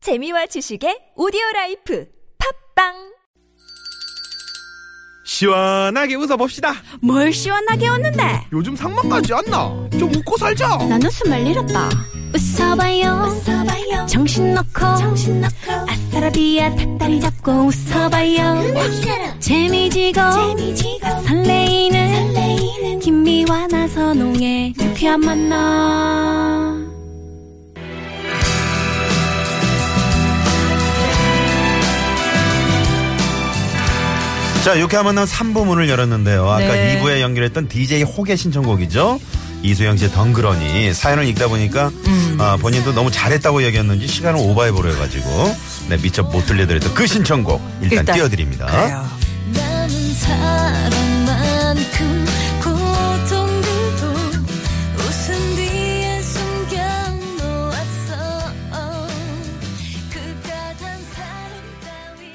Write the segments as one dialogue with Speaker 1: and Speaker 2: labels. Speaker 1: 재미와 지식의 오디오 라이프 팝빵
Speaker 2: 시원하게 웃어봅시다.
Speaker 3: 뭘 시원하게 웃는데
Speaker 2: 요즘 상만까지 안 나. 좀 웃고 살자.
Speaker 3: 난 웃음을 잃었다 웃어봐요, 정신 놓고 아싸라비아 닭다리 잡고 웃어봐요 재미지고, 설레이는, 김미와 나선홍의 유쾌한 만남
Speaker 4: 자, 이렇게 하면 은 3부 문을 열었는데요. 아까
Speaker 5: 네.
Speaker 4: 2부에 연결했던 DJ 호계 신청곡이죠. 이소영 씨의 덩그러니 사연을 읽다 보니까
Speaker 5: 음.
Speaker 4: 아, 본인도 너무 잘했다고 얘기했는지 시간을 오버해보려 해가지고 네, 미처 못 들려드렸던 그 신청곡 일단,
Speaker 5: 일단
Speaker 4: 띄워드립니다.
Speaker 5: 그래요.
Speaker 6: 나는 사랑만큼 고통들도 웃음 뒤에 숨겨놓았어 그깟한 사랑 따윈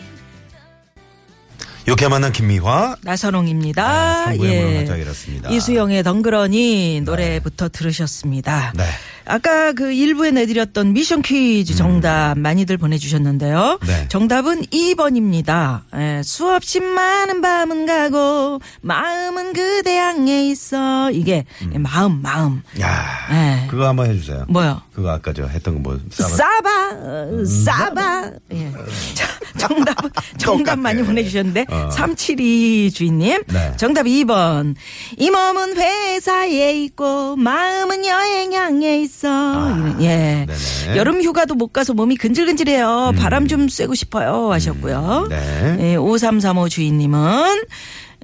Speaker 4: 이렇게 하면 김미화
Speaker 5: 나선홍입니다.
Speaker 4: 네, 삼부의 문을 활짝 열었습니다.
Speaker 5: 아, 예. 이수영의 덩그러니 노래부터 들으셨습니다.
Speaker 4: 네. 음.
Speaker 5: 아까 그 1부에 내드렸던 미션 퀴즈 정답 많이들 보내주셨는데요.
Speaker 4: 네.
Speaker 5: 정답은 2번입니다. 예, 수없이 많은 밤은 가고 마음은 그대 향해 있어. 이게 마음, 마음.
Speaker 4: 야
Speaker 5: 네.
Speaker 4: 그거 한번 해주세요.
Speaker 5: 뭐요?
Speaker 4: 그거 아까 저 했던 거뭐
Speaker 5: 싸바,
Speaker 4: 음,
Speaker 5: 어, 싸바. 예. 자, 정답, 정답 많이 보내주셨는데.
Speaker 4: 어.
Speaker 5: 372 주인님.
Speaker 4: 네.
Speaker 5: 정답 2번. 이 몸은 회사에 있고, 마음은 여행 향해 있어. 예.
Speaker 4: 아, 네네. 음.
Speaker 5: 여름 휴가도 못 가서 몸이 근질근질해요. 바람 좀 쐬고 싶어요. 하셨고요.
Speaker 4: 네.
Speaker 5: 예, 5335 주인님은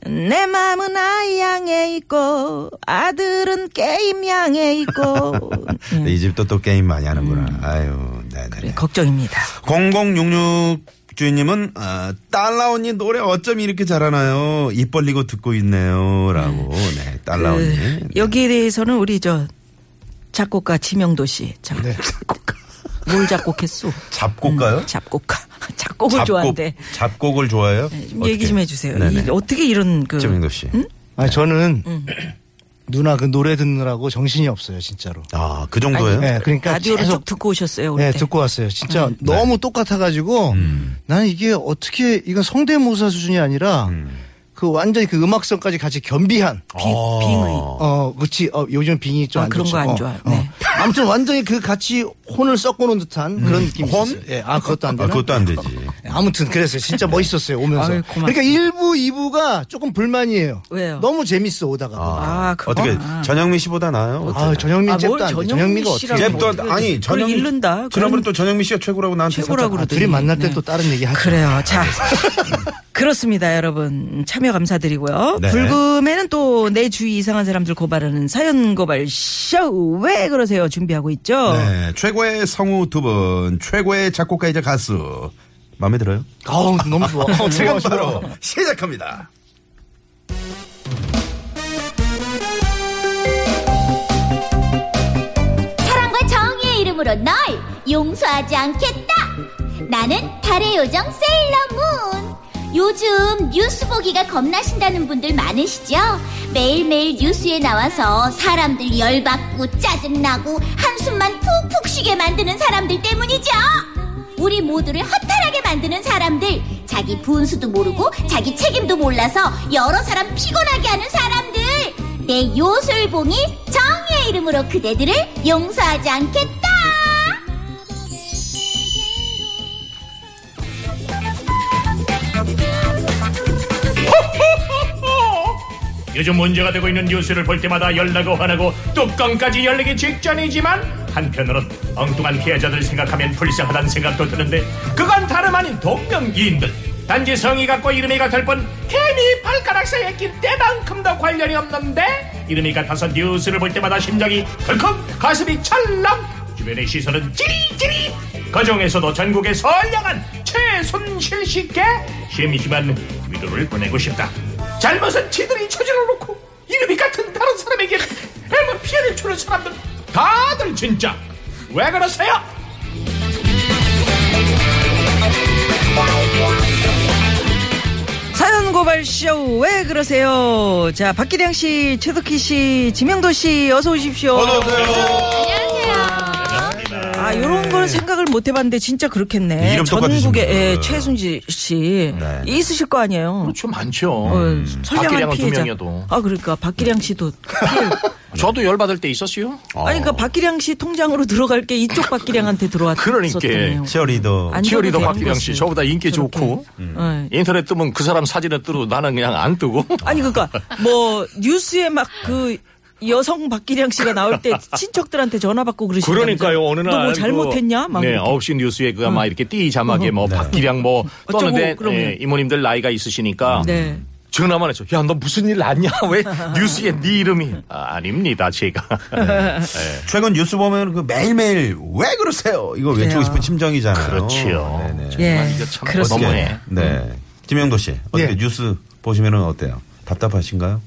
Speaker 5: 내 마음은 아이 향해 있고 아들은 게임 향해 있고 예.
Speaker 4: 네, 이 집도 또 게임 많이 하는구나.
Speaker 5: 음.
Speaker 4: 아유, 네네.
Speaker 5: 네, 걱정입니다.
Speaker 4: 0066 주인님은 아, 딸라 언니 노래 어쩜 이렇게 잘하나요? 입 벌리고 듣고 있네요라고. 네, 딸라
Speaker 5: 그,
Speaker 4: 언니. 네.
Speaker 5: 여기에 대해서는 우리 저 작곡가 지명도 씨. 작,
Speaker 4: 네, 작곡가.
Speaker 5: 뭘 작곡했소?
Speaker 4: 잡곡가요?
Speaker 5: 작곡가. 작곡을 음, 좋아한대. 네,
Speaker 4: 잡곡을 좋아해요?
Speaker 5: 좀 얘기 좀
Speaker 4: 어떻게?
Speaker 5: 해주세요.
Speaker 4: 네네.
Speaker 5: 이, 어떻게 이런 그
Speaker 4: 지명도 씨.
Speaker 7: 아 저는
Speaker 5: 음.
Speaker 7: 누나 그 노래 듣느라고 정신이 없어요 진짜로.
Speaker 4: 아, 그 정도예요?
Speaker 7: 네, 그러니까
Speaker 5: 라디오를
Speaker 7: 계속
Speaker 5: 쭉 듣고 오셨어요. 우리
Speaker 7: 네,
Speaker 5: 때.
Speaker 7: 듣고 왔어요. 진짜 네. 음. 너무 똑같아가지고 나는 이게 어떻게 이건 성대모사 수준이 아니라 그 완전히 그 음악성까지 같이 겸비한.
Speaker 5: 비,
Speaker 4: 아,
Speaker 5: 빙의.
Speaker 7: 어, 그렇지. 어, 요즘 빙이 좀
Speaker 5: 아,
Speaker 7: 안
Speaker 5: 그런
Speaker 7: 좋죠.
Speaker 5: 거안
Speaker 7: 어,
Speaker 5: 좋아요.
Speaker 7: 어.
Speaker 5: 네.
Speaker 7: 아무튼 완전히 그 같이 혼을 섞어 놓은 듯한 그런 느낌.
Speaker 4: 혼?
Speaker 7: 예, 아 그것도 안 네.
Speaker 4: 아,
Speaker 7: 되나? 예,
Speaker 4: 그것도 안 되지.
Speaker 7: 아무튼 그랬어요. 진짜 멋있었어요 오면서.
Speaker 5: 아유, 고맙습니다.
Speaker 7: 그러니까 1부, 2부가 조금 불만이에요.
Speaker 5: 왜요?
Speaker 7: 너무 재밌어 오다가.
Speaker 5: 아, 그거?
Speaker 4: 어떻게
Speaker 5: 아.
Speaker 4: 전영미 씨보다 나아요?
Speaker 7: 아, 전영민
Speaker 5: 아,
Speaker 7: 잽도
Speaker 5: 뭘
Speaker 7: 안 돼.
Speaker 5: 전영미
Speaker 7: 전영미가
Speaker 5: 씨라고
Speaker 7: 어떻게?
Speaker 4: 잽도 안-
Speaker 5: 뭐, 그걸-
Speaker 4: 아니,
Speaker 5: 그걸
Speaker 4: 전영미
Speaker 5: 잃는다.
Speaker 4: 지난번에
Speaker 5: 그런-
Speaker 4: 또 전영미 씨가 최고라고 나한테
Speaker 5: 최고라고
Speaker 4: 살짝-
Speaker 7: 아,
Speaker 5: 그러더니.
Speaker 7: 둘이 만날 때
Speaker 5: 네.
Speaker 7: 또 다른 얘기 하죠.
Speaker 5: 그래요.
Speaker 4: 네,
Speaker 5: 자. 그렇습니다, 여러분. 참여 감사드리고요.
Speaker 4: 네.
Speaker 5: 불금에는 또 내 주위 이상한 사람들 고발하는 사연 고발 쇼. 왜 그러세요? 준비하고 있죠?
Speaker 4: 네, 최고의 성우 두 분, 최고의 작곡가이자 가수. 마음에 들어요?
Speaker 7: 아우, 너무 좋아. 어,
Speaker 4: 지금 바로 시작합니다.
Speaker 8: 사랑과 정의의 이름으로 널 용서하지 않겠다. 나는 달의 요정 세일러문. 요즘 뉴스 보기가 겁나신다는 분들 많으시죠? 매일매일 뉴스에 나와서 사람들 열받고 짜증나고 한숨만 푹푹 쉬게 만드는 사람들 때문이죠. 우리 모두를 허탈하게 만드는 사람들, 자기 분수도 모르고 자기 책임도 몰라서 여러 사람 피곤하게 하는 사람들. 내 요술봉이 정의의 이름으로 그대들을 용서하지 않겠다.
Speaker 9: 요즘 문제가 되고 있는 뉴스를 볼 때마다 열나고 화나고 뚜껑까지 열리기 직전이지만 한편으론 엉뚱한 피해자들 생각하면 불쌍하다는 생각도 드는데 그건 다름 아닌 동명이인들 단지 성이 같고 이름이 같을 뿐 괜히 발가락 사이에 낀 때만큼도 관련이 없는데 이름이 같아서 뉴스를 볼 때마다 심장이 덜컹 가슴이 찰렁 주변의 시선은 찌릿찌릿 가정에서도 전국의 선량한 최순실 씨께 심이지만 위로를 보내고 싶다 잘못은 지들이 저질러 놓고 이름이 같은 다른 사람에게 얼마 피해를 주는 사람들 다들 진짜 왜 그러세요?
Speaker 5: 사연 고발 쇼. 왜 그러세요? 자, 박기량 씨, 최덕희 씨, 지명도 씨, 어서 오십시오.
Speaker 4: 어서오세요.
Speaker 5: 아, 이런걸 생각을 못 해봤는데 진짜
Speaker 4: 네,
Speaker 5: 그렇겠네.
Speaker 4: 이름 똑같으신
Speaker 5: 전국에 예,
Speaker 4: 분들.
Speaker 5: 최순실 씨
Speaker 4: 네.
Speaker 5: 있으실 거 아니에요.
Speaker 9: 그렇죠 많죠.
Speaker 5: 어, 선량한
Speaker 9: 박기량은 두
Speaker 5: 피해자.
Speaker 9: 명이어도.
Speaker 5: 아 그러니까 박기량 씨도 피해.
Speaker 9: 저도 열 받을 때 있었어요.
Speaker 5: 아니 그러니까 박기량 씨 통장으로 들어갈 게 이쪽 박기량한테
Speaker 9: 그러니까.
Speaker 5: 들어왔었다네요.
Speaker 4: 치어리더.
Speaker 5: 안
Speaker 9: 치어리더
Speaker 5: 되는
Speaker 9: 박기량 씨
Speaker 5: 것을
Speaker 9: 저보다 인기
Speaker 5: 저렇게.
Speaker 9: 좋고
Speaker 5: 예.
Speaker 9: 인터넷 뜨면 그 사람 사진에 뜨고 나는 그냥 안 뜨고
Speaker 5: 아니 그러니까 뭐 뉴스에 막 그 여성 박기량 씨가 나올 때 친척들한테 전화 받고 그러시죠.
Speaker 9: 그러니까요 어느
Speaker 5: 너뭐
Speaker 9: 날뭐
Speaker 5: 잘못했냐? 막
Speaker 9: 네
Speaker 5: 이렇게. 어.
Speaker 9: 9시 뉴스에 그가 막 이렇게 띠 자막에 뭐 박기량 뭐
Speaker 5: 어쩌고
Speaker 9: 떴는데
Speaker 5: 그러면.
Speaker 9: 예, 이모님들 나이가 있으시니까
Speaker 5: 네.
Speaker 9: 전화만 해서 야 너 무슨 일 났냐 왜 뉴스에 네 이름이 네. 아, 닙니다 제가
Speaker 4: 네. 최근 뉴스 보면 그 매일매일 왜 그러세요? 이거 외치고
Speaker 5: 그래요.
Speaker 4: 싶은 심정이잖아요.
Speaker 9: 그렇지요.
Speaker 4: 네네.
Speaker 5: 예.
Speaker 9: 아, 이거 참
Speaker 5: 그렇습니다.
Speaker 9: 너무해.
Speaker 4: 어떻게, 네. 김영도 씨. 어떻게
Speaker 7: 예.
Speaker 4: 뉴스 보시면은 어때요? 답답하신가요?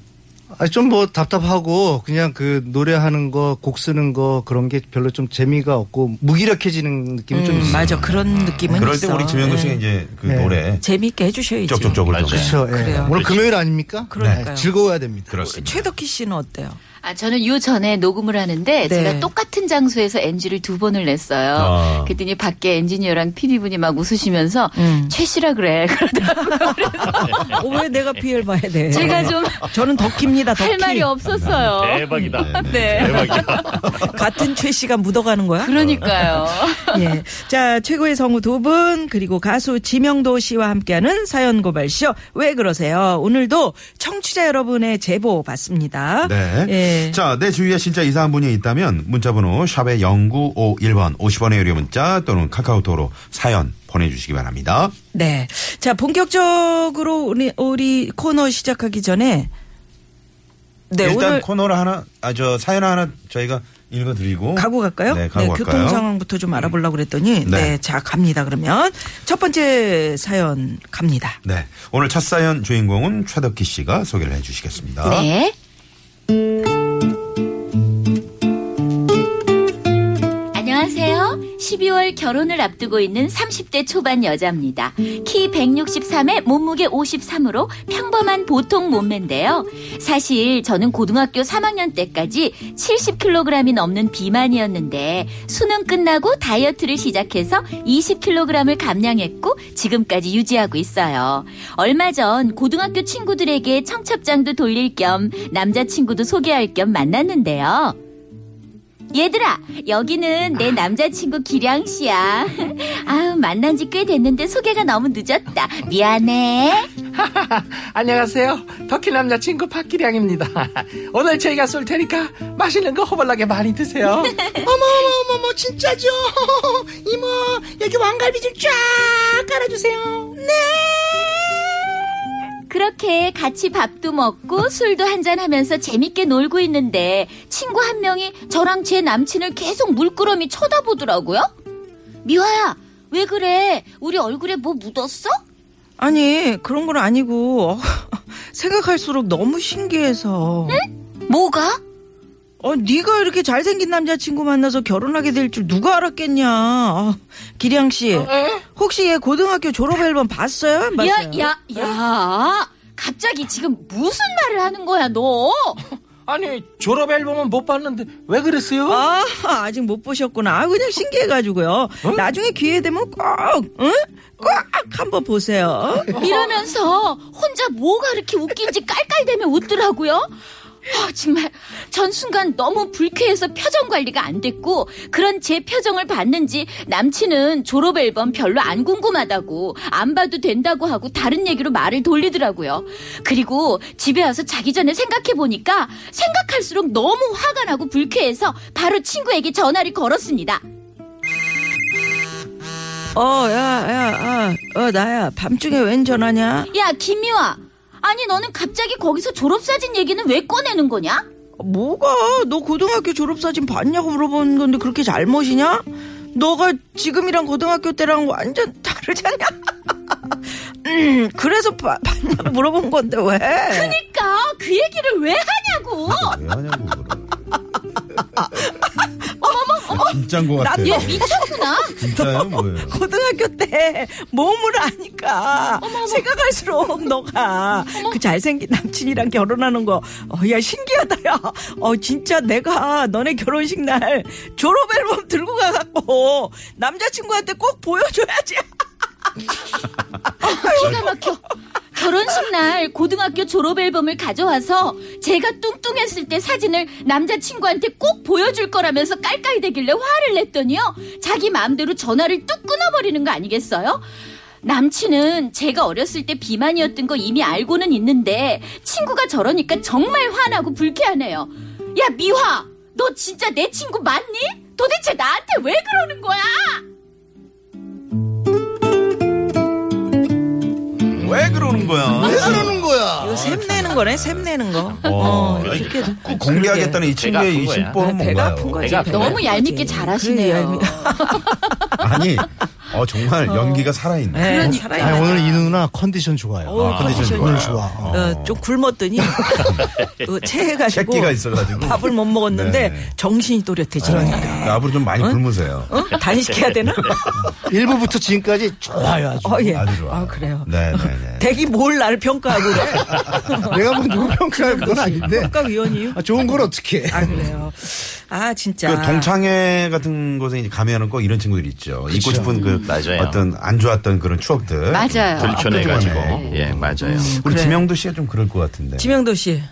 Speaker 7: 좀 뭐 답답하고 그냥 그 노래하는 거, 곡 쓰는 거 그런 게 별로 좀 재미가 없고 무기력해지는 느낌이 좀
Speaker 5: 음,
Speaker 7: 있어요.
Speaker 5: 맞아 그런 느낌은
Speaker 4: 그럴 때
Speaker 5: 있어.
Speaker 4: 우리 김영도 씨가
Speaker 5: 예.
Speaker 4: 이제 그
Speaker 7: 네.
Speaker 4: 노래
Speaker 5: 재미있게 해주셔야죠.
Speaker 4: 쪽쪽쪽을 좀.
Speaker 9: 맞아요.
Speaker 7: 그렇죠. 예.
Speaker 5: 그래요.
Speaker 7: 오늘 금요일 아닙니까?
Speaker 5: 그러니까요.
Speaker 7: 네, 즐거워야 됩니다.
Speaker 4: 그렇습니다.
Speaker 5: 최덕희 씨는 어때요?
Speaker 10: 아, 저는 요 전에 녹음을 하는데
Speaker 5: 네.
Speaker 10: 제가 똑같은 장소에서 NG를 두 번을 냈어요.
Speaker 4: 아.
Speaker 10: 그랬더니 밖에 엔지니어랑 PD분이 막 웃으시면서
Speaker 5: 음.
Speaker 10: 최씨라 그래.
Speaker 5: 어, 왜 내가 피해를 봐야 돼?
Speaker 10: 제가 좀 할
Speaker 5: 저는 덕희입니다. 덕희.
Speaker 10: 말이 없었어요.
Speaker 9: 대박이다
Speaker 10: 네.
Speaker 9: 대박이다
Speaker 5: 같은 최 씨가 묻어가는 거야?
Speaker 10: 그러니까요.
Speaker 5: 예. 자, 최고의 성우 두 분 그리고 가수 지명도 씨와 함께하는 사연 고발 쇼왜 그러세요? 오늘도 청취자 여러분의 제보 받습니다.
Speaker 4: 네.
Speaker 5: 예.
Speaker 4: 자, 내 주위에 진짜 이상한 분이 있다면 문자번호 샵의 0951번 50원의 유료 문자 또는 카카오톡으로 사연 보내주시기 바랍니다.
Speaker 5: 네. 자, 본격적으로 우리 우리 코너 시작하기 전에 네,
Speaker 4: 일단
Speaker 5: 오늘
Speaker 4: 코너를 하나, 아, 저 사연 하나 저희가 읽어드리고.
Speaker 5: 가고 갈까요?
Speaker 4: 네, 가고 갈까요?
Speaker 5: 교통 상황부터 좀 알아보려고 그랬더니 네.
Speaker 4: 네.
Speaker 5: 자, 갑니다. 그러면 첫 번째 사연 갑니다.
Speaker 4: 네. 오늘 첫 사연 주인공은 최덕희 씨가 소개를 해 주시겠습니다.
Speaker 10: 네.
Speaker 3: 안녕하세요. 12월 결혼을 앞두고 있는 30대 초반 여자입니다. 키 163에 몸무게 53으로 평범한 보통 몸매인데요. 사실 저는 고등학교 3학년 때까지 70kg이 넘는 비만이었는데 수능 끝나고 다이어트를 시작해서 20kg을 감량했고 지금까지 유지하고 있어요. 얼마 전 고등학교 친구들에게 청첩장도 돌릴 겸 남자친구도 소개할 겸 만났는데요. 얘들아, 여기는 내 남자친구 기량 씨야. 아유, 만난 지 꽤 됐는데 소개가 너무 늦었다. 미안해.
Speaker 9: 안녕하세요 터키 남자친구 박기량입니다 오늘 저희가 쏠 테니까 맛있는 거 허벌나게 많이 드세요
Speaker 11: 어머머머머 진짜죠 이모 여기 왕갈비 좀 쫙 깔아주세요 네.
Speaker 3: 그렇게 같이 밥도 먹고 술도 한잔 하면서 재밌게 놀고 있는데 친구 한 명이 저랑 제 남친을 계속 물끄러미 쳐다보더라고요. 미화야, 왜 그래? 우리 얼굴에 뭐 묻었어?
Speaker 5: 아니, 그런 건 아니고 어, 생각할수록 너무 신기해서
Speaker 3: 뭐가?
Speaker 5: 어, 네가 이렇게 잘생긴 남자친구 만나서 결혼하게 될 줄 누가 알았겠냐. 어, 기량 씨, 혹시 얘 고등학교 졸업 앨범 봤어요? 안 봤어요?
Speaker 3: 어? 야, 야, 야. 갑자기 지금 무슨 말을 하는 거야, 너?
Speaker 9: 아니 졸업 앨범은 못 봤는데 왜 그랬어요?
Speaker 5: 아, 아직 못 보셨구나. 아, 그냥 신기해가지고. 나중에 기회 되면 꼭, 응? 꼭 한번 보세요.
Speaker 3: 이러면서 혼자 뭐가 이렇게 웃긴지 깔깔대며 웃더라고요. 아, 정말 전 순간 너무 불쾌해서 표정 관리가 안 됐고 그런 제 표정을 봤는지 남친은 졸업 앨범 별로 안 궁금하다고 안 봐도 된다고 하고 다른 얘기로 말을 돌리더라고요. 그리고 집에 와서 자기 전에 생각해 보니까 생각할수록 너무 화가 나고 불쾌해서 바로 친구에게 전화를 걸었습니다.
Speaker 5: 어, 야, 야, 아, 어, 나야. 밤중에 웬 전화냐?
Speaker 3: 야, 김미화. 아니 너는 갑자기 거기서 졸업사진 얘기는 왜 꺼내는 거냐?
Speaker 5: 뭐가? 너 고등학교 졸업사진 봤냐고 물어보는 건데 그렇게 잘못이냐? 너가 지금이랑 고등학교 때랑 완전 다르잖아. 음, 그래서 봐- 봤냐고 물어본 건데 왜?
Speaker 3: 그러니까 그 얘기를 왜 하냐고.
Speaker 4: 왜 하냐고 그걸.
Speaker 3: 어머
Speaker 4: 진짜인 것
Speaker 5: 난
Speaker 4: 같아요.
Speaker 5: 너
Speaker 3: 미쳤구나.
Speaker 4: 진짜요? 뭐예요?
Speaker 5: 고등학교 때 몸을 아니까 생각할수록 너가 그 잘생긴 남친이랑 결혼하는 거, 어, 야, 신기하다, 야. 어, 진짜 내가 너네 결혼식 날 졸업 앨범 들고 가갖고 남자친구한테 꼭 보여줘야지.
Speaker 3: 기가 막혀. 결혼식 날 고등학교 졸업 앨범을 가져와서 제가 뚱뚱했을 때 사진을 남자친구한테 꼭 보여줄 거라면서 깔깔대길래 화를 냈더니요. 자기 마음대로 전화를 뚝 끊어버리는 거 아니겠어요? 남친은 제가 어렸을 때 비만이었던 거 이미 알고는 있는데 친구가 저러니까 정말 화나고 불쾌하네요. 야, 미화! 너 진짜 내 친구 맞니? 도대체 나한테 왜 그러는 거야?
Speaker 4: 왜 그러는 거야?
Speaker 7: 왜 그러는 거야?
Speaker 5: 이거 샘 내는 거네, 샘 내는 거.
Speaker 4: 아, 어, 아니,
Speaker 5: 이렇게
Speaker 4: 꼭 공개하겠다는 이 친구의
Speaker 9: 배가
Speaker 4: 이
Speaker 9: 아픈 거야.
Speaker 4: 심보는
Speaker 5: 배가
Speaker 4: 뭔가요?
Speaker 5: 아픈 거지.
Speaker 9: 배가 아픈
Speaker 5: 배가
Speaker 9: 거야.
Speaker 3: 너무
Speaker 5: 아픈
Speaker 3: 얄밉게
Speaker 5: 거지.
Speaker 3: 잘하시네요.
Speaker 5: 그래,
Speaker 4: 아니, 어 정말 연기가 살아있네.
Speaker 5: 얄밉- 네,
Speaker 7: 아
Speaker 5: 살아있네.
Speaker 7: 오늘 이 누나 컨디션 좋아요.
Speaker 5: 어우,
Speaker 4: 아, 컨디션
Speaker 7: 오늘
Speaker 4: 좋아요.
Speaker 7: 좋아. 어.
Speaker 5: 어, 좀 굶었더니 어, 체해가지고
Speaker 4: 새끼가 있어가지고.
Speaker 5: 밥을 못 먹었는데
Speaker 4: 네.
Speaker 5: 정신이 또렷해지니까
Speaker 4: 그러니까 앞으로 좀 많이 굶으세요.
Speaker 5: 어? 단식해야 되나?
Speaker 7: 1부부터 지금까지 좋아요 아주.
Speaker 5: 어, 예.
Speaker 4: 아주 좋아요.
Speaker 5: 아, 그래요.
Speaker 4: 네네네.
Speaker 5: 대기 뭘 나를 평가하고 그래? 어.
Speaker 7: 내가 뭐 누구 평가할 건 아닌데.
Speaker 5: 평가위원이요?
Speaker 7: 아, 좋은 걸 어떻게
Speaker 5: 아, 그래요. 아, 진짜.
Speaker 4: 그 동창회 같은 곳에 이제 가면은 꼭 이런 친구들 있죠. 잊고 싶은 그
Speaker 9: 음, 맞아요.
Speaker 4: 어떤 안 좋았던 그런 추억들.
Speaker 10: 맞아요.
Speaker 9: 들춰내가지고.
Speaker 4: 네.
Speaker 9: 예, 맞아요.
Speaker 4: 우리
Speaker 5: 그래.
Speaker 4: 지명도 씨가 좀 그럴 것 같은데.
Speaker 5: 지명도 씨.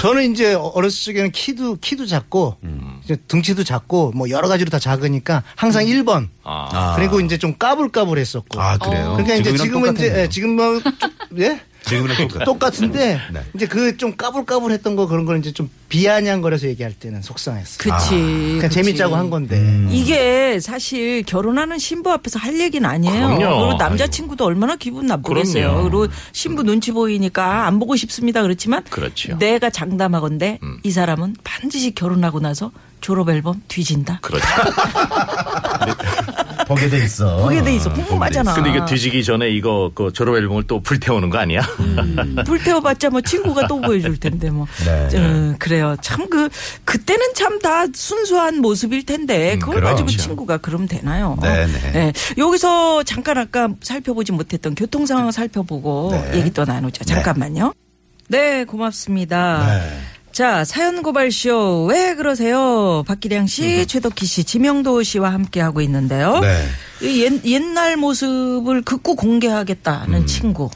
Speaker 7: 저는 이제 어렸을 적에는 키도 키도 작고 이제 등치도 작고 뭐 여러 가지로 다 작으니까 항상 1번
Speaker 4: 아.
Speaker 7: 그리고 이제 좀 까불까불했었고
Speaker 4: 아 그래요.
Speaker 11: 어.
Speaker 7: 그러니까 이제 지금은 이제 예,
Speaker 4: 똑같네요.
Speaker 7: 지금은 좀- 예
Speaker 4: 지금은 똑같.
Speaker 7: 똑같은데
Speaker 4: 네.
Speaker 7: 이제 그 좀 까불까불했던 거 그런 걸 이제 좀 비아냥거려서 얘기할 때는 속상했어.
Speaker 4: 아,
Speaker 5: 그치.
Speaker 7: 그냥
Speaker 5: 그치.
Speaker 7: 재밌자고 한 건데
Speaker 4: 음.
Speaker 5: 이게 사실 결혼하는 신부 앞에서 할 얘기는 아니에요.
Speaker 9: 그럼요.
Speaker 5: 리고 남자친구도 얼마나 기분 나쁘겠어요.
Speaker 9: 그럼요.
Speaker 5: 그리고 신부 눈치 보이니까 안 보고 싶습니다. 그렇지만
Speaker 9: 그렇죠.
Speaker 5: 내가 장담하건데 이 사람은 반드시 결혼하고 나서 졸업 앨범 뒤진다.
Speaker 9: 그렇죠.
Speaker 4: 보게 돼 있어.
Speaker 5: 보게 돼 있어. 궁금하잖아.
Speaker 9: 근데 이게 뒤지기 전에 이거 그 졸업 앨범을 또 불태우는 거 아니야?
Speaker 5: 불태워봤자 뭐 친구가 또 보여줄 텐데 뭐.
Speaker 4: 네.
Speaker 5: 어, 그래요. 참 그 그때는 참 다 순수한 모습일 텐데 그걸
Speaker 4: 그럼.
Speaker 5: 가지고
Speaker 4: 그렇죠.
Speaker 5: 친구가 그럼 되나요? 어?
Speaker 4: 네, 네.
Speaker 5: 여기서 잠깐 아까 살펴보지 못했던 교통 상황 살펴보고
Speaker 4: 네.
Speaker 5: 얘기 또 나누자. 잠깐만요. 네, 고맙습니다.
Speaker 4: 네.
Speaker 5: 자, 사연 고발 쇼. 왜 그러세요? 박기량 씨, 최덕희 씨, 지명도 씨와 함께 하고 있는데요.
Speaker 4: 음. 네.
Speaker 5: 이 옛, 옛날 모습을 극구 공개하겠다는 친구.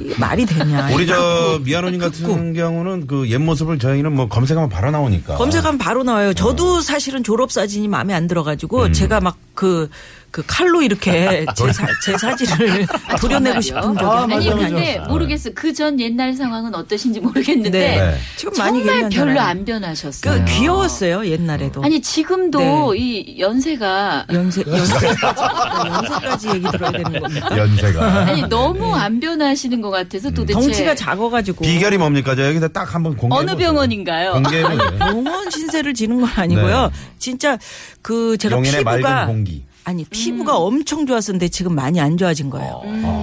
Speaker 5: 이게 말이 되냐?
Speaker 4: 음. 우리
Speaker 5: 그,
Speaker 4: 저 미아노님 같은 경우는 그 옛 모습을 저희는 뭐 검색하면 바로 나오니까.
Speaker 5: 검색하면 바로 나와요. 저도 사실은 졸업 사진이 마음에 안 들어가지고 제가 막 그 그 칼로 이렇게 제, 사, 제 사진을 도려내고 싶은 적이
Speaker 10: 아, 니
Speaker 7: 맞아, 맞아.
Speaker 10: 근데 모르겠어. 그 전 옛날 상황은 어떠신지 모르겠는데
Speaker 5: 네.
Speaker 4: 네.
Speaker 5: 지금 많이
Speaker 10: 정말
Speaker 5: 괜찮잖아요.
Speaker 10: 별로 안
Speaker 5: 그
Speaker 3: 음.
Speaker 10: 변하셨어요.
Speaker 5: 귀여웠어요 네. 옛날에도.
Speaker 10: 아니 지금도 이 연세가
Speaker 5: 연세 연세 연세까지 얘기 들어야 되는 겁니까?
Speaker 4: 연세가.
Speaker 10: 아니 너무 안 변하시는 것 같아서 도대체
Speaker 5: 네. 덩치가 작아가지고
Speaker 4: 비결이 뭡니까? 저 여기다 딱 한번 공개.
Speaker 10: 어느 병원인가요?
Speaker 4: 공개해 보세요.
Speaker 5: 병원 신세를 지는 건 아니고요. 진짜 그 제가
Speaker 4: 용인의 맑은
Speaker 5: 피부가
Speaker 4: 공기.
Speaker 5: 아니 피부가 엄청 좋았었는데 지금 많이 안 좋아진 거예요.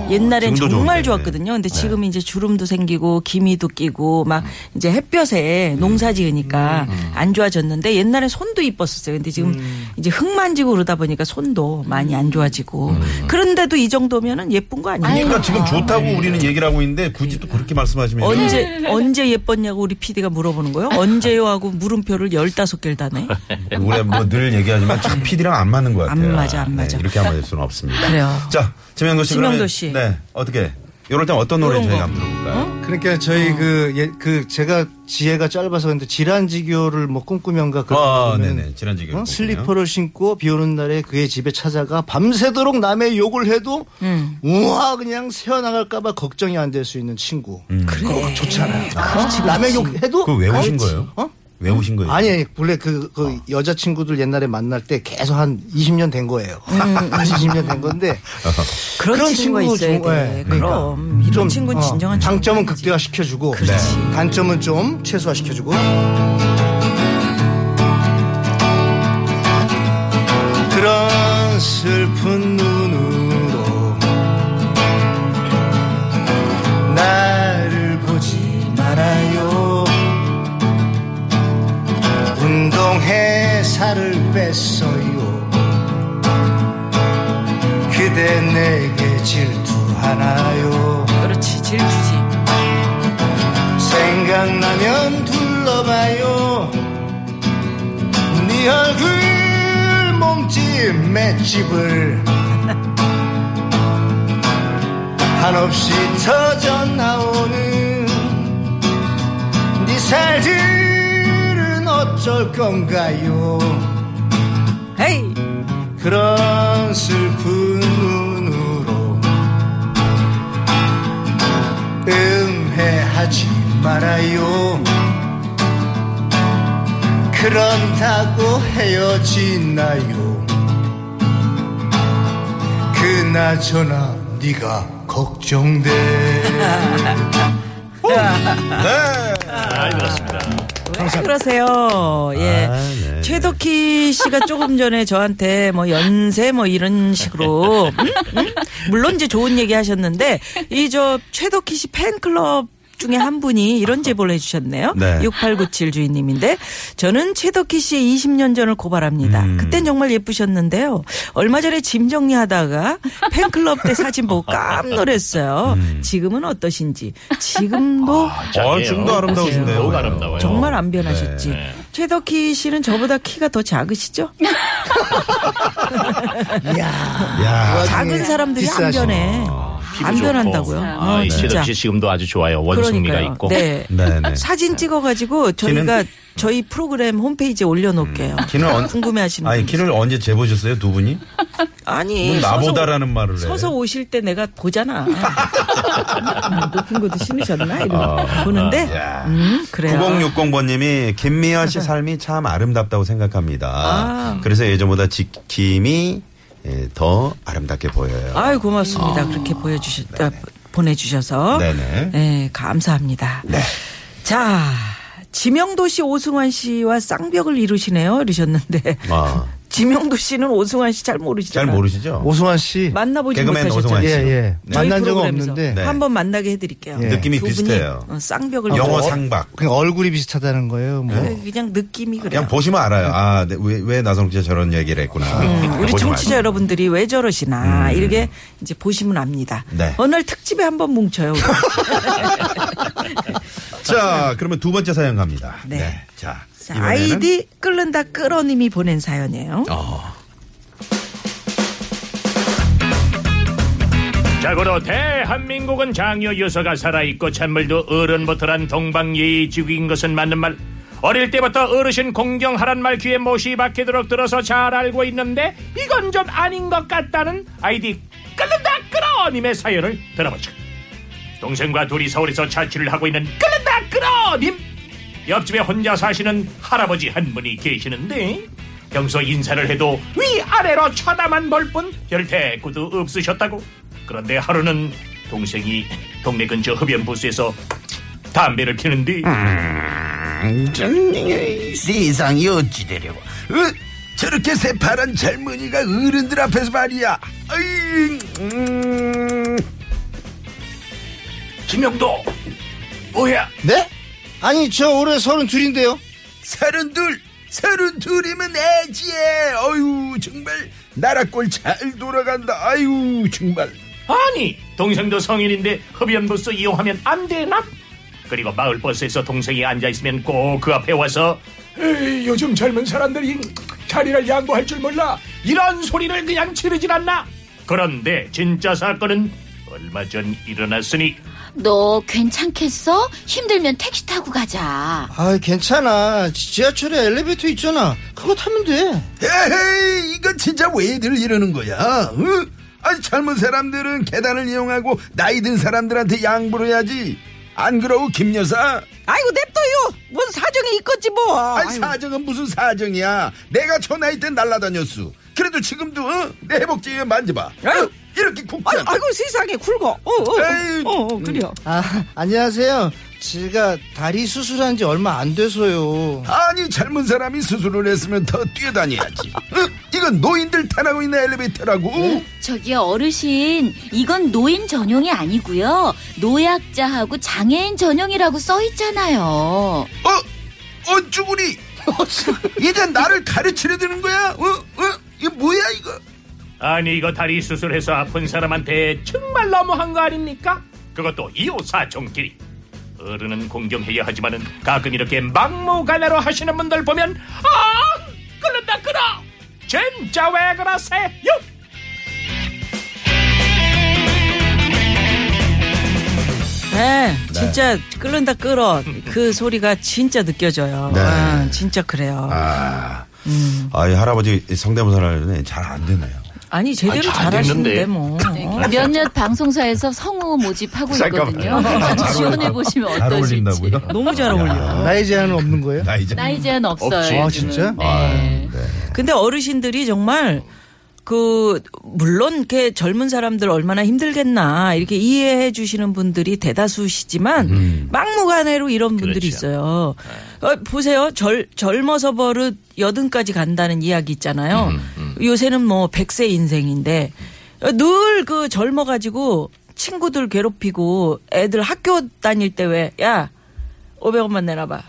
Speaker 5: 옛날엔
Speaker 4: 지금도
Speaker 5: 정말
Speaker 4: 좋은데. 네.
Speaker 5: 좋았거든요. 근데 지금 이제 주름도 생기고 기미도 끼고
Speaker 4: 음.
Speaker 5: 막 이제 햇볕에 농사 지으니까 안 좋아졌는데 옛날에 손도 이뻤었어요. 근데 지금
Speaker 4: 음.
Speaker 5: 이제 흙 만지고 그러다 보니까 손도 많이 안 좋아지고 그런데도 이 정도면은 예쁜 거 아니에요?
Speaker 4: 음.
Speaker 5: 네.
Speaker 4: 그러니까 지금 좋다고 우리는 얘기를 하고 있는데 굳이 또 그렇게 말씀하시면
Speaker 5: 언제 언제 예뻤냐고 우리 PD가 물어보는 거예요? 언제요 하고 물음표를 15개를 다네.
Speaker 4: 우리가 뭐늘 얘기하지만 참 PD랑 안 맞는 것 같아요.
Speaker 5: 음. 안 맞아, 안
Speaker 4: 네,
Speaker 5: 맞아.
Speaker 4: 이렇게 안 맞을 수는 없습니다.
Speaker 5: 그래요.
Speaker 4: 자, 지명도 씨.
Speaker 5: 지명도
Speaker 4: 그러면-
Speaker 5: 씨.
Speaker 4: 네, 어떻게? 이럴 땐 어떤 노래
Speaker 5: 요런
Speaker 4: 저희가
Speaker 5: 거.
Speaker 4: 한번 들어볼까요?
Speaker 7: 그러니까 저희 그, 예, 그 제가 지혜가 짧아서 근데 질환지교를 뭐 꿈꾸면가 그런
Speaker 4: 아,
Speaker 7: 거 보면은
Speaker 4: 네네. 지난주에.
Speaker 7: 어? 슬리퍼를 신고 비 오는 날에 그의 집에 찾아가 밤새도록 남의 욕을 해도 우와 그냥 새어나갈까봐 걱정이 안 될 수 있는 친구 그래 좋잖아요 남의 욕 해도
Speaker 4: 음. 그거 왜 오신 거예요?
Speaker 7: 어?
Speaker 4: 왜 오신 거예요?
Speaker 7: 아니 아니, 원래 그, 그 여자친구들 옛날에 만날 때 계속 한 20년 된 거예요 음, 20년 된 건데
Speaker 5: 그런, 친구가
Speaker 7: 친구
Speaker 5: 있어야
Speaker 7: 좀-
Speaker 5: 돼. 네.
Speaker 7: 예,
Speaker 5: 그럼 음, 이런 친구는
Speaker 7: 어,
Speaker 5: 진정한
Speaker 7: 장점은 극대화시켜주고 네. 단점은 좀 최소화시켜주고 그런 슬픈 눈으로 나를 보지 말아요 운동해 살을 뺐어요 내게 질투하나요?
Speaker 5: 그렇지, 질투지.
Speaker 7: 생각나면 둘러봐요. 네 얼굴 몸집 맷집을 한없이 터져 나오는 네 살들은 어쩔 건가요?
Speaker 5: 헤이
Speaker 7: 그런 슬픈 눈으로 음해하지 말아요. 그런다고 헤어지나요? 그나저나 네가 걱정돼.
Speaker 9: 아, 그렇습니다. 아, 네.
Speaker 5: 왜 그러세요? 예. 최덕희 씨가 조금 전에 저한테 뭐 연세 뭐 이런 식으로 음? 음? 물론 이제 좋은 얘기 하셨는데 이 저 최덕희 씨 팬클럽 중에 한 분이 이런 제보를 해주셨네요.
Speaker 4: 네.
Speaker 5: 6897 주인님인데 저는 최덕희 씨의 20년 전을 고발합니다.
Speaker 9: 음.
Speaker 5: 그땐 정말 예쁘셨는데요. 얼마 전에 짐 정리하다가 팬클럽 때 사진 보고 깜놀했어요.
Speaker 9: 음.
Speaker 5: 지금은 어떠신지. 지금도
Speaker 9: 아,
Speaker 4: 어, 지금도 아름다우신데요.
Speaker 9: 너무 아름다워요.
Speaker 5: 정말 안 변하셨지. 최덕희 씨는 저보다 키가 더 작으시죠?
Speaker 4: 야,
Speaker 5: 작은 사람들이 안
Speaker 9: 비싸시네.
Speaker 5: 변해.
Speaker 9: 피부
Speaker 5: 안
Speaker 9: 좋고.
Speaker 5: 변한다고요.
Speaker 9: 아, 이 최덕 씨 지금도 아주 좋아요. 원숭이가
Speaker 5: 그러니까요.
Speaker 9: 있고.
Speaker 5: 네. 사진 찍어가지고 저희가 저희 프로그램 홈페이지에 올려놓을게요.
Speaker 4: 기는 언-
Speaker 5: 궁금해하시는
Speaker 4: 아니
Speaker 5: 분.
Speaker 4: 길을 언제 재보셨어요 두 분이?
Speaker 5: 아니
Speaker 4: 뭐 나보다라는
Speaker 5: 네, 서서-
Speaker 4: 네. 말을 해.
Speaker 5: 서서 오실 때 내가 보잖아. 음, 높은 것도 신으셨나 이런 거 보는데
Speaker 4: 야.
Speaker 5: 음 그래요.
Speaker 4: 9060번님이 김미아 씨 삶이 참 아름답다고 생각합니다.
Speaker 5: 네. 아.
Speaker 4: 그래서 예전보다 지킴이 예, 더 아름답게 보여요.
Speaker 5: 아유 고맙습니다. 그렇게 보여주셨 아, 보내주셔서
Speaker 4: 네네.
Speaker 5: 네, 감사합니다. 자 지명도 씨, 오승환 씨와 쌍벽을 이루시네요. 이러셨는데
Speaker 4: 아,
Speaker 5: 지명도 씨는 오승환 씨 잘
Speaker 4: 잘
Speaker 5: 모르시잖아요.
Speaker 4: 모르시죠?
Speaker 12: 오승환 씨.
Speaker 5: 만나보지
Speaker 4: 개그맨
Speaker 5: 못하셨죠.
Speaker 4: 오승환 씨.
Speaker 12: 예, 예.
Speaker 4: 네.
Speaker 12: 만난 적은
Speaker 5: 프로그램에서.
Speaker 12: 없는데.
Speaker 4: 네.
Speaker 5: 한번 만나게 해드릴게요.
Speaker 12: 예.
Speaker 4: 느낌이
Speaker 5: 두 분이
Speaker 4: 비슷해요.
Speaker 5: 어, 쌍벽을
Speaker 4: 영어
Speaker 5: 이루고.
Speaker 4: 상박.
Speaker 12: 그냥 얼굴이 비슷하다는 거예요. 뭐.
Speaker 5: 그냥 느낌이 그래요.
Speaker 4: 그냥 보시면 알아요. 아, 네, 왜, 왜 나성 씨가 저런 얘기를 했구나.
Speaker 5: 음, 우리
Speaker 4: 보시면
Speaker 5: 청취자 여러분들이 왜 저러시나 이렇게 이제 보시면 압니다.
Speaker 4: 음. 네.
Speaker 5: 어느 날 특집에 한번 뭉쳐요. 우리.
Speaker 4: 알죠. 자, 그러면 두 번째 사연 갑니다.
Speaker 5: 네.
Speaker 4: 자,
Speaker 5: 자,
Speaker 4: 이번에는-
Speaker 5: 아이디 끓는다 끌어님이 보낸 사연이에요.
Speaker 4: 어.
Speaker 9: 자고로 대한민국은 장여 유서가 살아있고 찬물도 어른부터란 동방예의 지구인 것은 맞는 말 어릴 때부터 어르신 공경하란 말 귀에 못이 박히도록 들어서 잘 알고 있는데 이건 좀 아닌 것 같다는 아이디 끓는다 끓어님의 사연을 들어보죠 동생과 둘이 서울에서 자취를 하고 있는 끓는다 끓어님 옆집에 혼자 사시는 할아버지 한 분이 계시는데 평소 인사를 해도 위아래로 쳐다만 볼 뿐 별 대꾸도 없으셨다고 그런데 하루는 동생이 동네 근처 흡연 부스에서 담배를 피는데
Speaker 2: 네 세상이 어찌되려 어? 저렇게 새파란 젊은이가 어른들 앞에서 말이야 아이, 음.
Speaker 9: 김영도 뭐야
Speaker 12: 네? 아니 저 올해 서른 둘인데요.
Speaker 2: 서른 둘 서른 둘이면 애지에 어유 정말 나라꼴 잘 돌아간다 아유 정말
Speaker 9: 아니 동생도 성인인데 흡연 부스 이용하면 안 되나? 그리고 마을 버스에서 동생이 앉아 있으면 꼭 그 앞에 와서 에이, 요즘 젊은 사람들이 자리를 양보할 줄 몰라 이런 소리를 그냥 지르질 않나? 그런데 진짜 사건은 얼마 전 일어났으니
Speaker 3: 너 괜찮겠어? 힘들면 택시 타고 가자.
Speaker 12: 아 괜찮아. 지- 지하철에 엘리베이터 있잖아. 그거 타면 돼.
Speaker 2: 에헤이 이건 진짜 왜들 이러는 거야 응? 아니 젊은 사람들은 계단을 이용하고 나이 든 사람들한테 양보를 해야지 안 그러고 김 여사
Speaker 5: 아이고 냅둬요. 뭔 사정이 있겠지 뭐.
Speaker 2: 아니 사정은 무슨 사정이야 내가 저 나이 땐 날라다녔어 그래도 지금도 어? 내 회복지에 만져봐 어? 이렇게 쿡쿡
Speaker 5: 아이고 세상에 굵어. 어, 어,
Speaker 2: 에이,
Speaker 5: 어, 어,
Speaker 4: 음.
Speaker 5: 그래요.
Speaker 12: 아 안녕하세요. 제가 다리 수술한 지 얼마 안 돼서요.
Speaker 2: 아니 젊은 사람이 수술을 했으면 더 뛰어다녀야지 어? 이건 노인들 타라고 있는 엘리베이터라고
Speaker 3: 저기요 어르신, 이건 노인 전용이 아니고요. 노약자하고 장애인 전용이라고 써 있잖아요.
Speaker 2: 어? 어 쭈구리 이제 나를 가르치려 드는 거야? 어? 어? 이거 뭐야 이거
Speaker 13: 아니 이거 다리 수술해서 아픈 사람한테 정말 너무한 거 아닙니까? 그것도 254종끼리 어른은 공경해야 하지만은 가끔 이렇게 막무가내로 하시는 분들 보면 아 그런다 그러 진짜 왜 그러세요?
Speaker 5: 네, 진짜 끓는다 끓어 그 소리가 진짜 느껴져요.
Speaker 4: 네.
Speaker 5: 아, 진짜 그래요.
Speaker 4: 아, 아, 이 할아버지 성대모사를 하려는데 잘 안 되네요.
Speaker 5: 아니 제대로
Speaker 4: 아, 잘
Speaker 5: 잘하시는데
Speaker 4: 됐는데.
Speaker 5: 뭐.
Speaker 10: 아, 몇몇 방송사에서 성우 모집하고 있거든요. 지원해 보시면
Speaker 4: 잘
Speaker 10: 어떨지.
Speaker 4: 어울린다고요?
Speaker 5: 너무 잘 어울려.
Speaker 7: 나이 제한은 없는 거예요? 아,
Speaker 4: 나이 제한.
Speaker 10: 나이 제한 없어요. 요즘은. 네.
Speaker 5: 근데 어르신들이 정말 그 물론 이렇게 젊은 사람들 얼마나 힘들겠나 이렇게 이해해 주시는 분들이 대다수시지만 막무가내로 이런 분들이 있어요. 어, 보세요, 젊 젊어서 버릇 여든까지 간다는 이야기 있잖아요. 요새는 뭐 100세 인생인데 늘 그 젊어가지고 친구들 괴롭히고 애들 학교 다닐 때 왜 야 500원만 내놔봐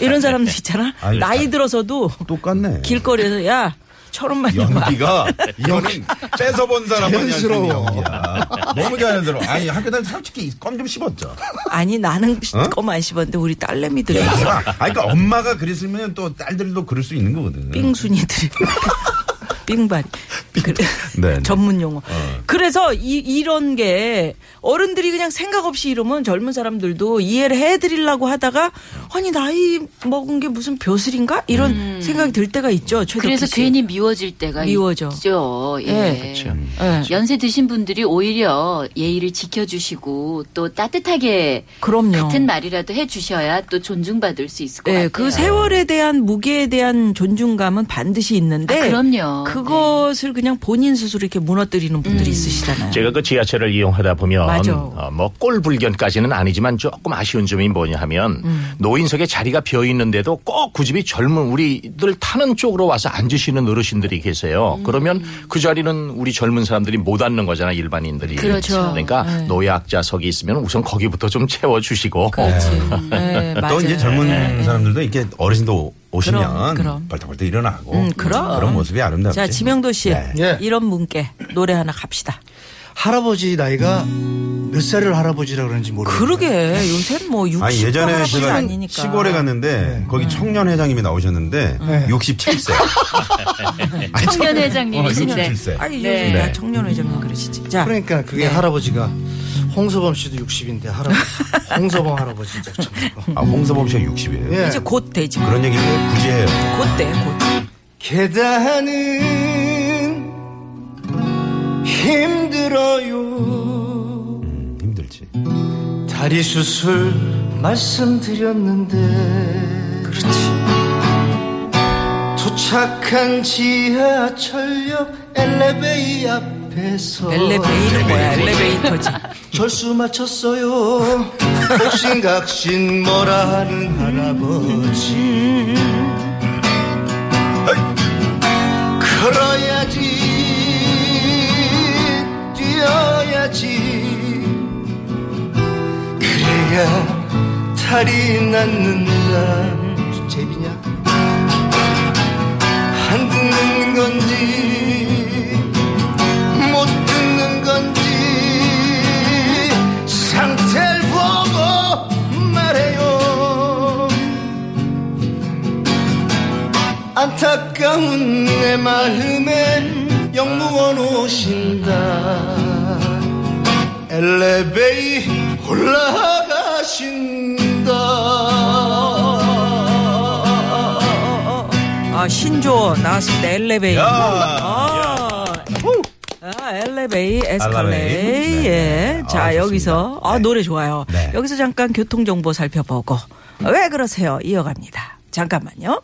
Speaker 5: 이런 사람들 있잖아.
Speaker 4: 아니,
Speaker 5: 나이 들어서도
Speaker 4: 똑같네.
Speaker 5: 길거리에서 야 천원만
Speaker 4: 연기가 이거는 뺏어 본 사람만이 할수 있는 연기야. 너무 자연스러워. 아니 학교 다닐 때 솔직히 껌 좀 씹었죠.
Speaker 5: 아니 나는
Speaker 4: 어?
Speaker 5: 껌안 씹었는데 우리 딸내미들이
Speaker 4: 아, 그러니까 엄마가 그랬으면 또 딸들도 그럴 수 있는 거거든.
Speaker 5: 삥순이들이 삥반 그래.
Speaker 4: 네, 네.
Speaker 5: 전문 용어.
Speaker 4: 어.
Speaker 5: 그래서 이, 이런 게 어른들이 그냥 생각 없이 이러면 젊은 사람들도 이해를 해드리려고 하다가 아니 나이 먹은 게 무슨 벼슬인가 이런 생각이 들 때가 있죠. 최덕희
Speaker 10: 음. 그래서
Speaker 5: 씨.
Speaker 10: 괜히 미워질 때가
Speaker 5: 미워져.
Speaker 10: 있죠. 예.
Speaker 5: 예. 예.
Speaker 10: 연세 드신 분들이 오히려 예의를 지켜주시고 또 따뜻하게
Speaker 5: 그럼요.
Speaker 10: 같은 말이라도 해주셔야 또 존중받을 수 있을 것
Speaker 5: 예,
Speaker 10: 같아요.
Speaker 5: 그 세월에 대한 무게에 대한 존중감은 반드시 있는데
Speaker 10: 아,
Speaker 3: 어,
Speaker 10: 그럼요. 네.
Speaker 5: 것을 네. 그냥 본인 스스로 이렇게 무너뜨리는 분들이 있으시잖아요.
Speaker 13: 제가 그 지하철을 이용하다
Speaker 5: 네.
Speaker 13: 보면
Speaker 5: 맞아.
Speaker 13: 어, 뭐 꼴불견까지는 아니지만 조금 아쉬운 점이 뭐냐 하면
Speaker 5: 음.
Speaker 13: 노인석에 자리가 비어 있는데도 꼭 굳이 젊은 우리들 타는 쪽으로 와서 앉으시는 어르신들이 계세요.
Speaker 5: 음.
Speaker 13: 그러면 그 자리는 우리 젊은 사람들이 못 앉는 거잖아 일반인들이.
Speaker 5: 그렇죠.
Speaker 13: 러니까
Speaker 5: 네.
Speaker 13: 노약자석이 있으면 우선 거기부터 좀 채워 주시고.
Speaker 5: 그렇죠. 네,
Speaker 4: 또
Speaker 5: 맞아요.
Speaker 4: 이제 젊은 사람들도 이렇게 어르신도 오시면
Speaker 5: 그럼, 그럼.
Speaker 4: 벌떡벌떡 일어나고
Speaker 5: 음, 그럼.
Speaker 4: 런 모습이 아름답지.
Speaker 5: 자, 지명도 씨.
Speaker 4: 네.
Speaker 7: 예.
Speaker 5: 이런 분께 노래 하나 갑시다.
Speaker 7: 할아버지 나이가 몇 살을 할아버지라 그러는지 모르겠어요.
Speaker 5: 그러게 요새 뭐 60도
Speaker 4: 아니 예전에 제가
Speaker 5: 아니니까.
Speaker 4: 시골에 갔는데 거기 청년 회장님이 나오셨는데 67세.
Speaker 10: 청년 회장님이신데.
Speaker 4: 어, 67세.
Speaker 5: 어, 아니
Speaker 10: 네.
Speaker 5: 요새
Speaker 4: 네.
Speaker 5: 나 청년 회장님 그러시지. 자,
Speaker 7: 그러니까 그게 할아버지가 홍서범 씨도 60인데 할아버지 홍서범 할아버지 진짜 참.
Speaker 4: 아 홍서범 씨가 60이에요.
Speaker 7: 예.
Speaker 5: 이제 곧 되지.
Speaker 4: 그런 얘기 굳이 해요.
Speaker 5: 곧 돼. 곧.
Speaker 7: 계단은 힘들어요.
Speaker 4: 음, 힘들지.
Speaker 7: 다리 수술 말씀드렸는데 그렇지 도착한 지하철역 엘리베이 앞에서
Speaker 5: 엘레베이는 뭐야? 엘레베이터지.
Speaker 7: 절수 맞췄어요 옥신각신 뭐라 하는 할아버지 걸어야지 뛰어야지 그래야 탈이 낫는다 제비냐 안 듣는 건지 못 듣는 건지 상태를 보고 말해요 안타까운 내 마음에 영무원 오신다 엘레베이 올라가신다.
Speaker 5: 아, 신조 나왔을 때 엘레베이.
Speaker 4: 야.
Speaker 5: 아. 아, 엘레베이, 에스컬레이.
Speaker 4: 엘레베이.
Speaker 5: 예.
Speaker 4: 네.
Speaker 5: 자,
Speaker 4: 아,
Speaker 5: 여기서.
Speaker 4: 좋습니다.
Speaker 5: 아,
Speaker 4: 네.
Speaker 5: 노래 좋아요.
Speaker 4: 네.
Speaker 5: 여기서 잠깐 교통정보 살펴보고. 왜 그러세요? 이어갑니다. 잠깐만요.